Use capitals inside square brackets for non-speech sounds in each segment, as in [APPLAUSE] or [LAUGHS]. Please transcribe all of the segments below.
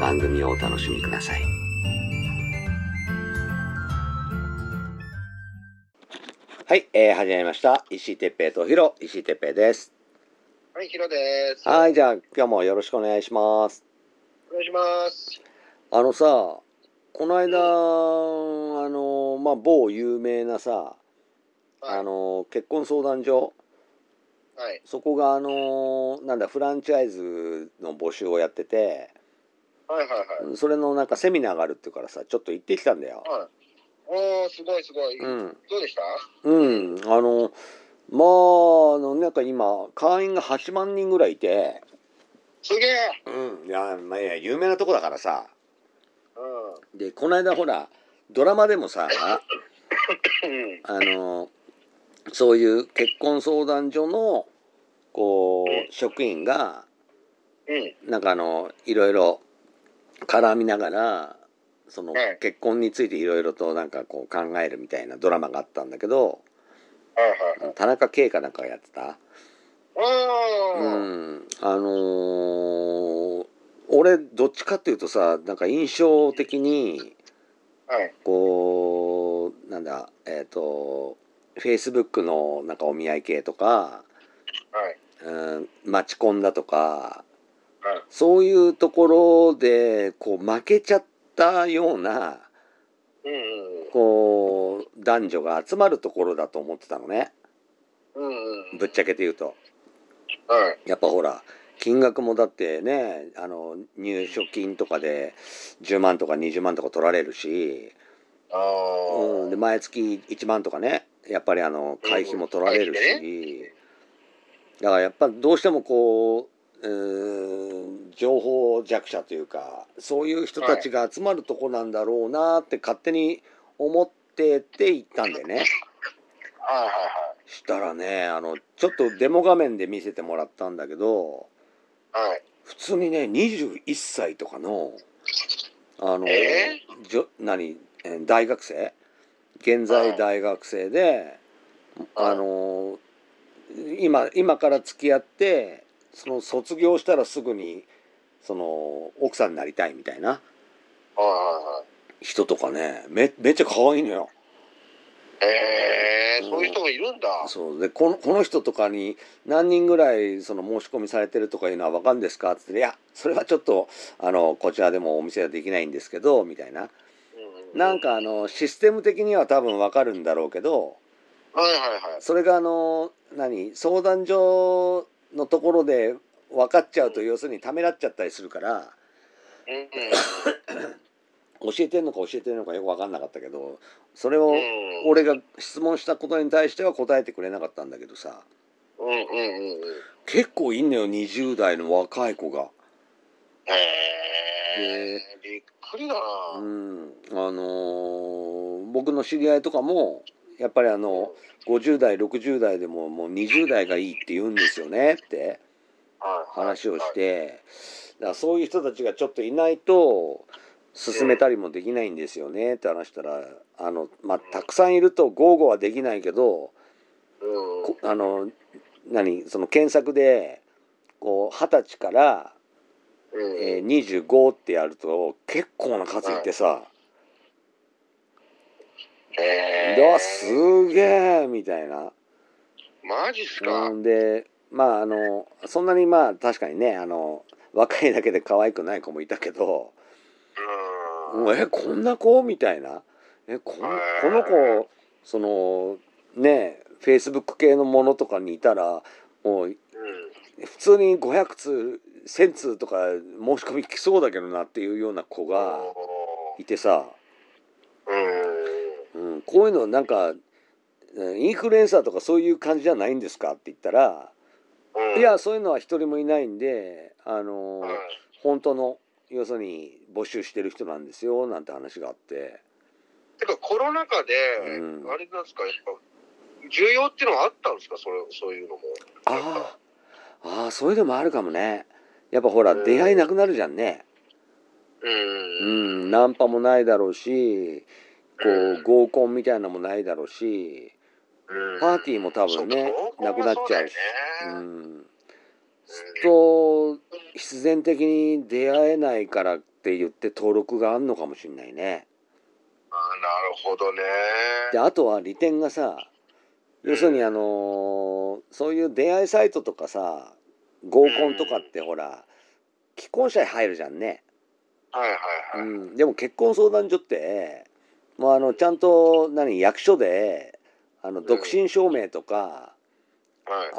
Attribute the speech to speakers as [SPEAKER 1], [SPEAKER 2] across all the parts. [SPEAKER 1] 番組をお楽しみください。はい、えー、始めました。石井哲平とひろ、石井哲平です。
[SPEAKER 2] はい、ヒロです。
[SPEAKER 1] はい、じゃあ今日もよろしくお願いします。
[SPEAKER 2] お願いします。
[SPEAKER 1] あのさ、この間、あの、まあ、某有名なさ、
[SPEAKER 2] はい
[SPEAKER 1] あの、結婚相談所、
[SPEAKER 2] はい。
[SPEAKER 1] そこがあの、なんだ、フランチャイズの募集をやってて、
[SPEAKER 2] はいはいはい。
[SPEAKER 1] それのなんかセミナーがあるっていうからさ、ちょっと行ってきたんだよ。
[SPEAKER 2] はい。おー、すごいすごい。
[SPEAKER 1] うん。
[SPEAKER 2] どうでした
[SPEAKER 1] うん、あの、まあ、あの、なんか今、会員が8万人ぐらいいて、
[SPEAKER 2] すげえ
[SPEAKER 1] うん、いや、まあ、いや、有名なとこだからさ、
[SPEAKER 2] う
[SPEAKER 1] で、この間ほら、ドラマでもさ、
[SPEAKER 2] ん。うん。
[SPEAKER 1] あのそういう結婚相談所のこう職員が
[SPEAKER 2] うん。
[SPEAKER 1] なんかあのいろいろ絡みながらその
[SPEAKER 2] はい
[SPEAKER 1] 結婚についていろいろとなんかこう考えるみたいなドラマがあったんだけど
[SPEAKER 2] はいはいはい。
[SPEAKER 1] 田中圭かなんかがやってた。う
[SPEAKER 2] おー。
[SPEAKER 1] ん、あのー俺どっちかっていうとさなんか印象的に
[SPEAKER 2] はい。
[SPEAKER 1] こうなんだえっ、とフェイスブックのなんかお見合い系とか
[SPEAKER 2] はい。
[SPEAKER 1] うん、待ち込んだとか
[SPEAKER 2] はい。
[SPEAKER 1] そういうところでこう負けちゃったような
[SPEAKER 2] うん
[SPEAKER 1] こう男女が集まるところだと思ってたのね
[SPEAKER 2] うん。うんうん。
[SPEAKER 1] ぶっちゃけて言うと
[SPEAKER 2] はい。
[SPEAKER 1] やっぱほら金額もだってねあの入所金とかで10万とか20万とか取られるし、
[SPEAKER 2] あ
[SPEAKER 1] う
[SPEAKER 2] ー。
[SPEAKER 1] ん、で毎月1万とかねやっぱりあの会費も取られるしだからやっぱどうしてもこううーん情報弱者というかそういう人たちが集まるとこなんだろうなって勝手に思ってて行ったんでね
[SPEAKER 2] はいはい
[SPEAKER 1] したらねあのちょっとデモ画面で見せてもらったんだけど
[SPEAKER 2] はい。はい。
[SPEAKER 1] 普通にね21歳とかのあの、
[SPEAKER 2] え
[SPEAKER 1] じょ何えー大学生現在大学生で、
[SPEAKER 2] はい
[SPEAKER 1] あの今今から付き合ってその卒業したらすぐにその奥さんになりたいみたいな
[SPEAKER 2] は
[SPEAKER 1] 人とかねめめっちゃ可愛いのよ。
[SPEAKER 2] いはいはい。えー、そういう人もいるんだ。
[SPEAKER 1] そうでこのこの人とかに何人ぐらいその申し込みされてるとかいうのは分かるんですか?」って言って「いやそれはちょっとあのこちらでもお見せはできないんですけど」みたいな
[SPEAKER 2] うう
[SPEAKER 1] なん。かあのシステム的には多分分かるんだろうけど
[SPEAKER 2] はいはいはい。
[SPEAKER 1] それがあの何相談所のところで分かっちゃうと要するにためらっちゃったりするから
[SPEAKER 2] うんうん。
[SPEAKER 1] 教えてんのか教えてんのかよく分かんなかったけどそれを
[SPEAKER 2] うん
[SPEAKER 1] 俺が質問したことに対しては答えてくれなかったんだけどさ
[SPEAKER 2] うんうんうんうん。
[SPEAKER 1] 結構いんのよ20代の若い子が。
[SPEAKER 2] へえ。びっくりだ
[SPEAKER 1] う
[SPEAKER 2] な。
[SPEAKER 1] んあのー僕の知り合いとかもやっぱりあの50代60代でももう20代がいいって言うんですよねって。話をしてだからそういう人たちがちょっといないと進めたりもできないんですよねって話したらあの、まあ、たくさんいると豪語はできないけど
[SPEAKER 2] うん
[SPEAKER 1] こあの何その検索でこう二十歳から、
[SPEAKER 2] うん
[SPEAKER 1] えー、25ってやると結構な数いてさ「
[SPEAKER 2] へ
[SPEAKER 1] う
[SPEAKER 2] ー
[SPEAKER 1] わすげえ!」みたいな。
[SPEAKER 2] マジっすか、
[SPEAKER 1] う
[SPEAKER 2] うん
[SPEAKER 1] ん、でまああのそんなにまあ確かにねあの若いだけで可愛くない子もいたけど。うんえこんな子みたいなえこん
[SPEAKER 2] へー
[SPEAKER 1] この子そのねフェイスブック系のものとかにいたらもう普通に500通1000通とか申し込み来そうだけどなっていうような子がいてさ、うん、こういうのなんかうんインフルエンサーとかそういう感じじゃないんですかって言ったら「いやそういうのは一人もいないんであの本当の要するに募集してる人なんですよ」なんて話があって。
[SPEAKER 2] てかコロナ禍で、
[SPEAKER 1] うん
[SPEAKER 2] あれなんですかやっぱ重要っていうのはあったんですかそれそういうのも
[SPEAKER 1] あーあーそういうのもあるかもねやっぱほら
[SPEAKER 2] うん
[SPEAKER 1] 出会いなくなるじゃんねう
[SPEAKER 2] う
[SPEAKER 1] んんナンパもないだろうしこ
[SPEAKER 2] う
[SPEAKER 1] うん合コンみたいなのもないだろうしパーティーも多分ねなくなっちゃうしう
[SPEAKER 2] うん
[SPEAKER 1] そう必然的に出会えないからって言って登録があんのかもしんないね
[SPEAKER 2] あなるほどね
[SPEAKER 1] であとは利点がさ要するにあのーそういう出会いサイトとかさ合コンとかってほら既婚者に入るじゃんね
[SPEAKER 2] はいはいうはい
[SPEAKER 1] ん、でも結婚相談所って、まあ、あのちゃんと何役所であの
[SPEAKER 2] ん
[SPEAKER 1] 独身証明とか、
[SPEAKER 2] はい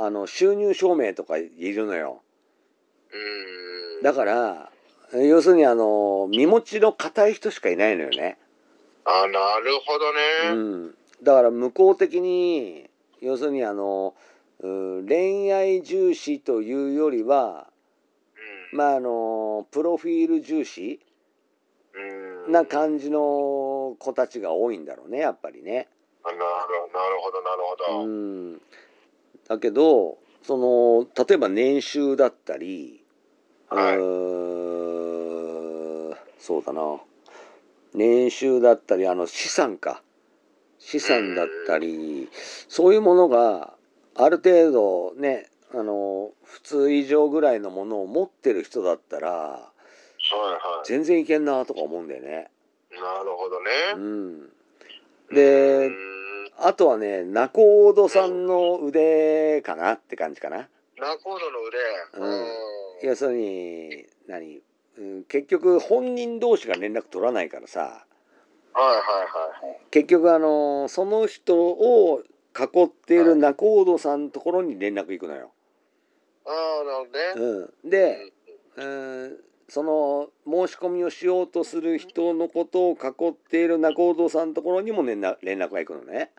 [SPEAKER 1] あの収入証明とかいるのよ
[SPEAKER 2] うん
[SPEAKER 1] だから要するにあの身持ちの固い人しかいないのよね、
[SPEAKER 2] あなるほどね
[SPEAKER 1] う
[SPEAKER 2] うん
[SPEAKER 1] ん、だから向こう的に要するにあのうん恋愛重視というよりはまああのプロフィール重視
[SPEAKER 2] うん
[SPEAKER 1] な感じの子たちが多いんだろうねやっぱりね。
[SPEAKER 2] あなるなるほどなるほど
[SPEAKER 1] うん、だけどその例えば年収だったり、
[SPEAKER 2] はいう
[SPEAKER 1] ーんそうだな年収だったりあの資産か資産だったりそういうものがある程度ねあの普通以上ぐらいのものを持ってる人だったら
[SPEAKER 2] はいは
[SPEAKER 1] 全然いけんなとか思うんだよね。
[SPEAKER 2] いなるほどね
[SPEAKER 1] うん、で
[SPEAKER 2] うん
[SPEAKER 1] あとはね仲人さんの腕かなって感じかな。
[SPEAKER 2] ナコードの腕
[SPEAKER 1] うん
[SPEAKER 2] うん
[SPEAKER 1] 要するに何、うん、結局本人同士が連絡取らないからさ
[SPEAKER 2] はいはいはい
[SPEAKER 1] 結局あのその人を囲ってい
[SPEAKER 2] は
[SPEAKER 1] る
[SPEAKER 2] い
[SPEAKER 1] 仲人さんのところに連絡行くのよ。
[SPEAKER 2] ああなるほどね
[SPEAKER 1] うん、で、うん、その申し込みをしようとする人のことを囲っている仲人さんのところにも連絡連絡が行くのね。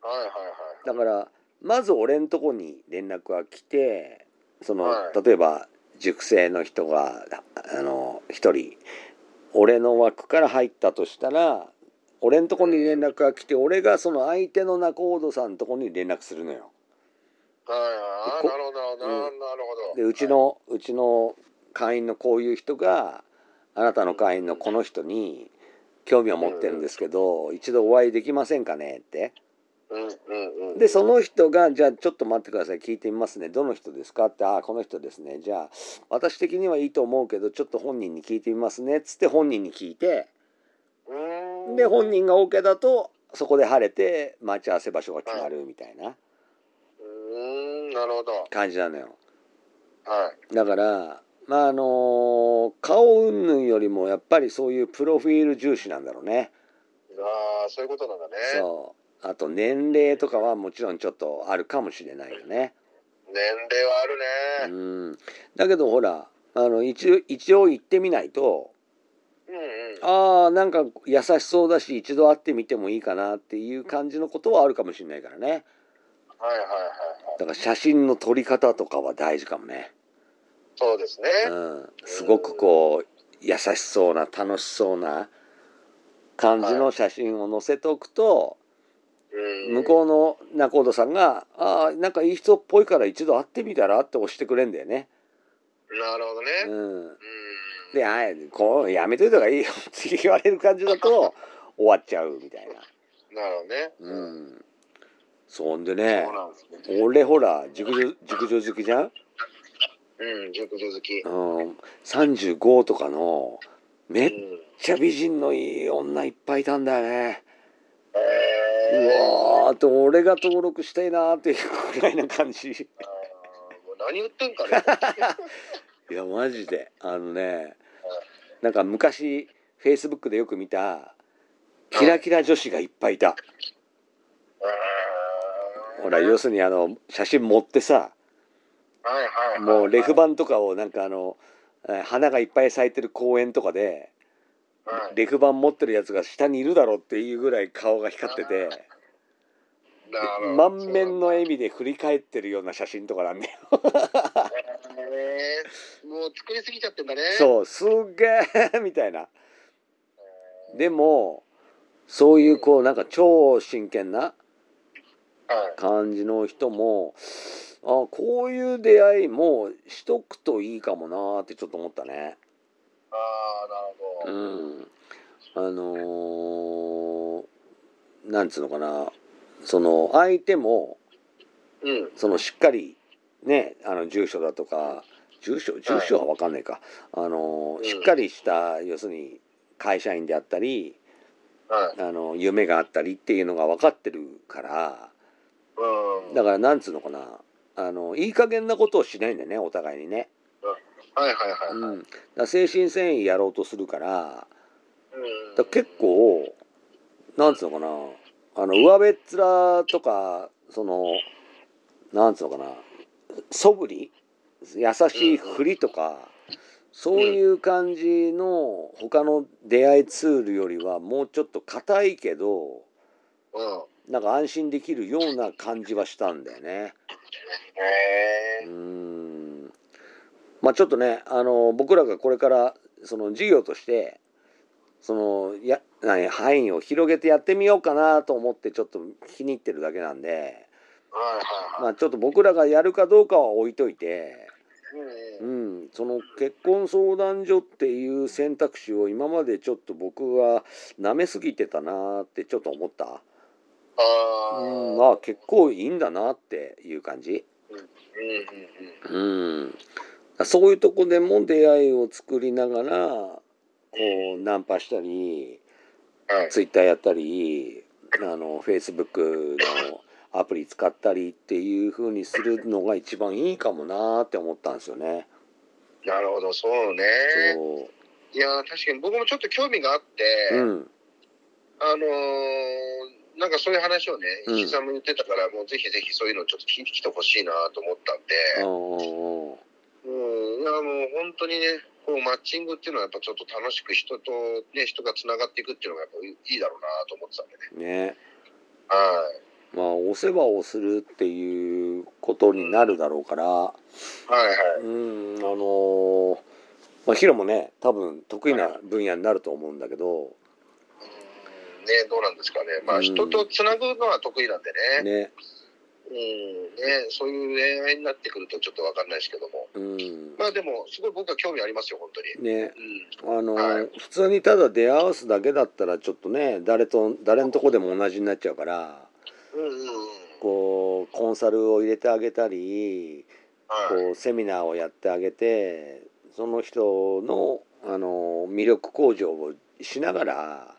[SPEAKER 2] はいはいはい
[SPEAKER 1] だからまず俺んとこに連絡が来てその、
[SPEAKER 2] はい
[SPEAKER 1] 例えば塾生の人がああの一人俺の枠から入ったとしたら俺んとこに連絡が来て俺がその相手の仲人さんのとこに連絡するのよ。
[SPEAKER 2] はいはい
[SPEAKER 1] こ
[SPEAKER 2] なるほどなるほどなるほど
[SPEAKER 1] でうちのうちの会員のこういう人があなたの会員のこの人に興味を持ってるんですけど一度お会いできませんかねって
[SPEAKER 2] うんうんうん
[SPEAKER 1] でその人が「じゃあちょっと待ってください聞いてみますねどの人ですか?」って「ああこの人ですねじゃあ私的にはいいと思うけどちょっと本人に聞いてみますね」っつって本人に聞いて
[SPEAKER 2] うん
[SPEAKER 1] で本人が OK だとそこで晴れて待ち合わせ場所が決まるみたいな
[SPEAKER 2] うんなるほど
[SPEAKER 1] 感じなのよ
[SPEAKER 2] はい
[SPEAKER 1] だからまああの顔云々よりもやっぱりそういうプロフィール重視なんだろうね
[SPEAKER 2] ああそういうことなんだね
[SPEAKER 1] そうあと年齢とかはもちろんちょっとあるかもしれないよね
[SPEAKER 2] 年齢はあるね
[SPEAKER 1] うん、だけどほらあの一応一応行ってみないと
[SPEAKER 2] うんうん
[SPEAKER 1] ああなんか優しそうだし一度会ってみてもいいかなっていう感じのことはあるかもしれないからね
[SPEAKER 2] はいはいはいはい
[SPEAKER 1] だから写真の撮り方とかは大事かもね、
[SPEAKER 2] そうですね
[SPEAKER 1] うん、すごくこう優しそうな楽しそうな感じの写真を載せておくと、
[SPEAKER 2] うん
[SPEAKER 1] 向こうの仲人さんが「ああなんかいい人っぽいから一度会ってみたら?」って押してくれんだよね。
[SPEAKER 2] なるほどね
[SPEAKER 1] うん
[SPEAKER 2] うん
[SPEAKER 1] で、あこうやめといた方がいいよ [LAUGHS] って言われる感じだと終わっちゃうみたいな。
[SPEAKER 2] なるほどね
[SPEAKER 1] うん。そんでね
[SPEAKER 2] そう、なんですね
[SPEAKER 1] 俺ほら、熟女、熟女好きじゃん
[SPEAKER 2] うん熟女好き
[SPEAKER 1] うん。35とかの、めっ
[SPEAKER 2] うん
[SPEAKER 1] ちゃ美人のいい女いっぱいいたんだよね。う
[SPEAKER 2] え
[SPEAKER 1] わーって、俺が登録したいなーっていうくらいな感じ。 [LAUGHS]
[SPEAKER 2] あーもう何言ってんかね
[SPEAKER 1] いや、マジで。あのね、なんか昔、 Facebook でよく見た、キラキラ女子がいっぱいいた。ほら、要するにあの、写真持ってさ、
[SPEAKER 2] はいはいはい
[SPEAKER 1] もうレフ板とかをなんかあの、えー花がいっぱい咲いてる公園とかで、
[SPEAKER 2] はい
[SPEAKER 1] レフ板持ってるやつが下にいるだろうっていうぐらい顔が光ってて、
[SPEAKER 2] なるほど
[SPEAKER 1] 満面の笑みで振り返ってるような写真とかなんで、
[SPEAKER 2] そうだねもう作りすぎちゃってんだねう
[SPEAKER 1] そう、すっげえみたいな。でも、そういうこう、なんか超真剣な
[SPEAKER 2] はい
[SPEAKER 1] 感じの人も、あこういう出会いもしとくといいかもなーってちょっと思ったね。
[SPEAKER 2] ああなるほ
[SPEAKER 1] う
[SPEAKER 2] ど、
[SPEAKER 1] ん。あのー、なんつうのかな、その、相手も、
[SPEAKER 2] うん
[SPEAKER 1] そのしっかりねあの住所だとか住所住所は分かんないか、あの
[SPEAKER 2] うん
[SPEAKER 1] しっかりした要するに会社員であったり
[SPEAKER 2] はい
[SPEAKER 1] あの夢があったりっていうのが分かってるから
[SPEAKER 2] うん
[SPEAKER 1] だからなんつうのかなあのいい加減なことをしないんだよねお互いにね、
[SPEAKER 2] はいはいはいは
[SPEAKER 1] う
[SPEAKER 2] い、
[SPEAKER 1] ん、だから精神繊維やろうとするから
[SPEAKER 2] うん
[SPEAKER 1] だから結構なんつうのかなあの上辺っ面とかそのなんつうのかな素振り優しい振りとかそういう感じの他の出会いツールよりはもうちょっと硬いけど
[SPEAKER 2] うん
[SPEAKER 1] なんか安心できるような感じはしたんだよね。
[SPEAKER 2] へ
[SPEAKER 1] う
[SPEAKER 2] え
[SPEAKER 1] ーんまあちょっとねあの僕らがこれからその事業としてそのや何範囲を広げてやってみようかなと思ってちょっと気に入ってるだけなんで、
[SPEAKER 2] はいはいはい
[SPEAKER 1] まあ、ちょっと僕らがやるかどうかは置いといて、
[SPEAKER 2] うん
[SPEAKER 1] う
[SPEAKER 2] うん
[SPEAKER 1] ん、その結婚相談所っていう選択肢を今までちょっと僕は舐めすぎてたなってちょっと思った、
[SPEAKER 2] あ
[SPEAKER 1] う
[SPEAKER 2] ー
[SPEAKER 1] ん、まあ結構いいんだなっていう感じ。
[SPEAKER 2] うんうんうん
[SPEAKER 1] うん、そういうとこでも出会いを作りながらこうナンパしたり
[SPEAKER 2] はい
[SPEAKER 1] ツイッターやったりあのフェイスブックのアプリ使ったりっていう風にするのが一番いいかもなーって思ったんですよね。
[SPEAKER 2] なるほどそうね
[SPEAKER 1] そ
[SPEAKER 2] いやー確かに僕もちょっと興味があって、
[SPEAKER 1] ううん
[SPEAKER 2] あのーなんかそういう話をね
[SPEAKER 1] うん
[SPEAKER 2] 石井さんも言ってたから、もうぜひぜひそういうのちょっと聞いてきてほしいなと思ったん
[SPEAKER 1] う
[SPEAKER 2] で、
[SPEAKER 1] んうんうん
[SPEAKER 2] うん、いやもう本当にねこうマッチングっていうのはやっぱちょっと楽しく人とね人がつながっていくっていうのがやっぱいいだろうなと思ってたんでね
[SPEAKER 1] ね
[SPEAKER 2] はい
[SPEAKER 1] まあお世話をするっていうことになるだろうから
[SPEAKER 2] はいはい
[SPEAKER 1] うんあのーまあ、ヒロもね多分得意な分野になると思うんだけど。
[SPEAKER 2] うんね、どうなんですかね、ま
[SPEAKER 1] う
[SPEAKER 2] あ、
[SPEAKER 1] ん
[SPEAKER 2] 人とつなぐのは得意なんでね,、
[SPEAKER 1] ね
[SPEAKER 2] うんね、そういう恋愛になってくるとちょっと分かんないですけども、
[SPEAKER 1] うん
[SPEAKER 2] まあでも、すごい僕は興味ありますよ、本当に。
[SPEAKER 1] ね
[SPEAKER 2] うん、
[SPEAKER 1] あの、
[SPEAKER 2] はい
[SPEAKER 1] 普通にただ出会わすだけだったらちょっとね誰と誰のとこでも同じになっちゃうから
[SPEAKER 2] うん、うんうん、
[SPEAKER 1] こうコンサルを入れてあげたり
[SPEAKER 2] はい、
[SPEAKER 1] こうセミナーをやってあげてその人のあの魅力向上をしながら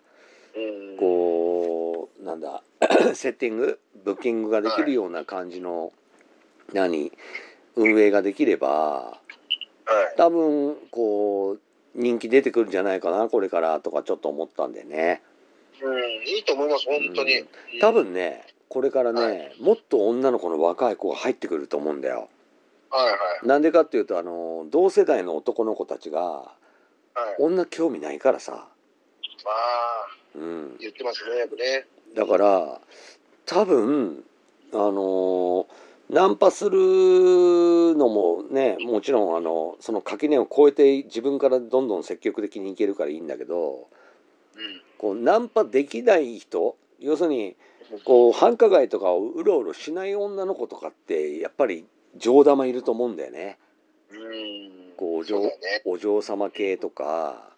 [SPEAKER 2] うん、
[SPEAKER 1] こうなんだ [COUGHS] セッティングブッキングができるような感じの、何運営ができれば
[SPEAKER 2] はい、
[SPEAKER 1] 多分こう人気出てくるんじゃないかなこれからとかちょっと思ったんでね
[SPEAKER 2] うん、いいと思います、本当に。
[SPEAKER 1] うん
[SPEAKER 2] うん
[SPEAKER 1] 多分ねこれからね、
[SPEAKER 2] は
[SPEAKER 1] もっと女の子の若い子が入ってくると思うんだよ
[SPEAKER 2] はい、はい、
[SPEAKER 1] なんでかっていうとあの同世代の男の子たちが
[SPEAKER 2] はい、
[SPEAKER 1] 女興味ないからさ、
[SPEAKER 2] まあ、
[SPEAKER 1] うん、
[SPEAKER 2] 言ってますね、よくね。
[SPEAKER 1] だから多分あのーナンパするのもねもちろんあのその垣根を越えて自分からどんどん積極的にいけるからいいんだけど
[SPEAKER 2] うん、
[SPEAKER 1] こうナンパできない人要するにこう繁華街とかをうろうろしない女の子とかってやっぱり上玉いると思うんだよね
[SPEAKER 2] うん、
[SPEAKER 1] こう
[SPEAKER 2] そうだよね。
[SPEAKER 1] お嬢様系とか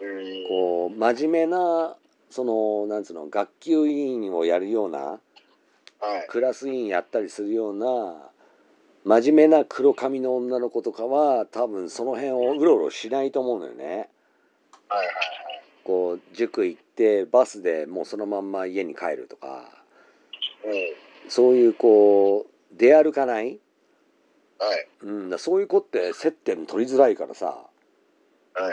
[SPEAKER 2] うん、
[SPEAKER 1] こう真面目なそのなんつうの学級委員をやるような
[SPEAKER 2] はい、
[SPEAKER 1] クラス委員やったりするような真面目な黒髪の女の子とかは多分その辺をうろうろしないと思うのよね。
[SPEAKER 2] はい、はい、
[SPEAKER 1] こう塾行ってバスでもうそのまんま家に帰るとか
[SPEAKER 2] うん、
[SPEAKER 1] そういうこう出歩かない、
[SPEAKER 2] はい、
[SPEAKER 1] うん、だそういう子って接点取りづらいからさ
[SPEAKER 2] はい、は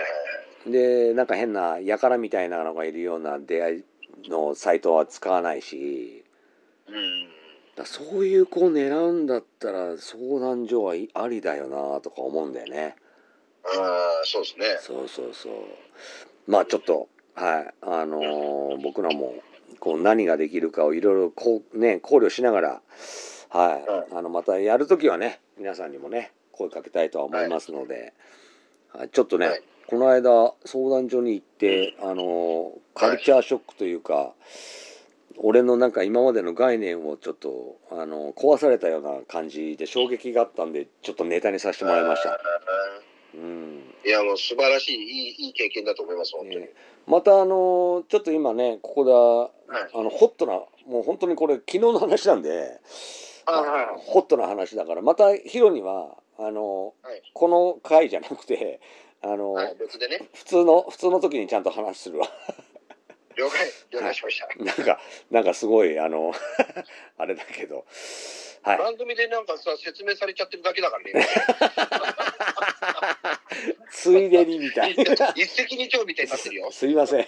[SPEAKER 2] い、
[SPEAKER 1] でなんか変なやからみたいなのがいるような出会いのサイトは使わないし
[SPEAKER 2] うん。
[SPEAKER 1] だそういう子を狙うんだったら相談所はいありだよなとか思うんだよね
[SPEAKER 2] ああ、そうですね。
[SPEAKER 1] そうそうそうまあちょっとはいあのー僕らもこう何ができるかをいろいろこうね考慮しながらは
[SPEAKER 2] はい
[SPEAKER 1] あのまたやるときはね皆さんにもね声かけたいとは思いますので、はい、ちょっとね、
[SPEAKER 2] はい
[SPEAKER 1] この間相談所に行ってあのカルチャーショックというか、俺のなんか今までの概念をちょっとあの壊されたような感じで衝撃があったんでちょっとネタにさせてもらいまし
[SPEAKER 2] あ
[SPEAKER 1] た。うん
[SPEAKER 2] ーいや、もう素晴らしい、いい、いい経験だと思います、本当に。
[SPEAKER 1] ねまたあのちょっと今ねここで
[SPEAKER 2] はい。
[SPEAKER 1] あのホットなもう本当にこれ昨日の話なんで
[SPEAKER 2] あはいはい
[SPEAKER 1] ホットな話だからまたヒロにはあの、
[SPEAKER 2] はい
[SPEAKER 1] この回じゃなくてあの、
[SPEAKER 2] はい、別でね。
[SPEAKER 1] 普通の普通の時にちゃんと話するわ [LAUGHS]
[SPEAKER 2] 了解、了解しました。
[SPEAKER 1] なんかなんかすごいあの [LAUGHS] あれだけどはい
[SPEAKER 2] 番組でなんかさ、説明されちゃってるだけだからね。
[SPEAKER 1] ついでにみたいな
[SPEAKER 2] 一石二鳥み [LAUGHS] たいになってるよ。
[SPEAKER 1] すいません
[SPEAKER 2] いえい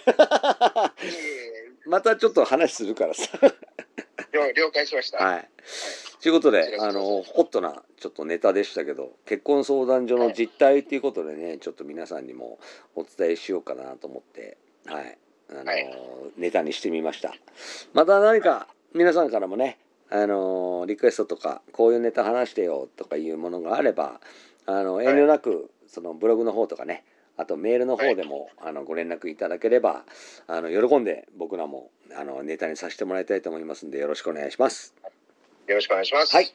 [SPEAKER 2] え
[SPEAKER 1] またちょっと話するからさ
[SPEAKER 2] 了了解しました。はい。
[SPEAKER 1] はい。ということ
[SPEAKER 2] こち
[SPEAKER 1] で、
[SPEAKER 2] らこ
[SPEAKER 1] あ
[SPEAKER 2] そ
[SPEAKER 1] の、ホットな、ちょっとネタでしたけど、結婚相談所の実態っていうことでね、ちょっと皆さんにもお伝えしようかなと思って、はい。あの、
[SPEAKER 2] はい
[SPEAKER 1] ネタにしてみました。また何か、皆さんからもね、あの、リクエストとか、こういうネタ話してよとかいうものがあれば、あの、
[SPEAKER 2] い
[SPEAKER 1] 遠慮なく、そのブログの方とかね、あとメールの方でも、あのご連絡いただければあの喜んで僕らもあのネタにさせてもらいたいと思いますんでよろしくお願いします。
[SPEAKER 2] よろしくお願いします。
[SPEAKER 1] はい。じ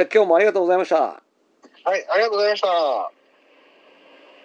[SPEAKER 1] ゃあ今日もありがとうございました。
[SPEAKER 2] はい、ありがとうございました。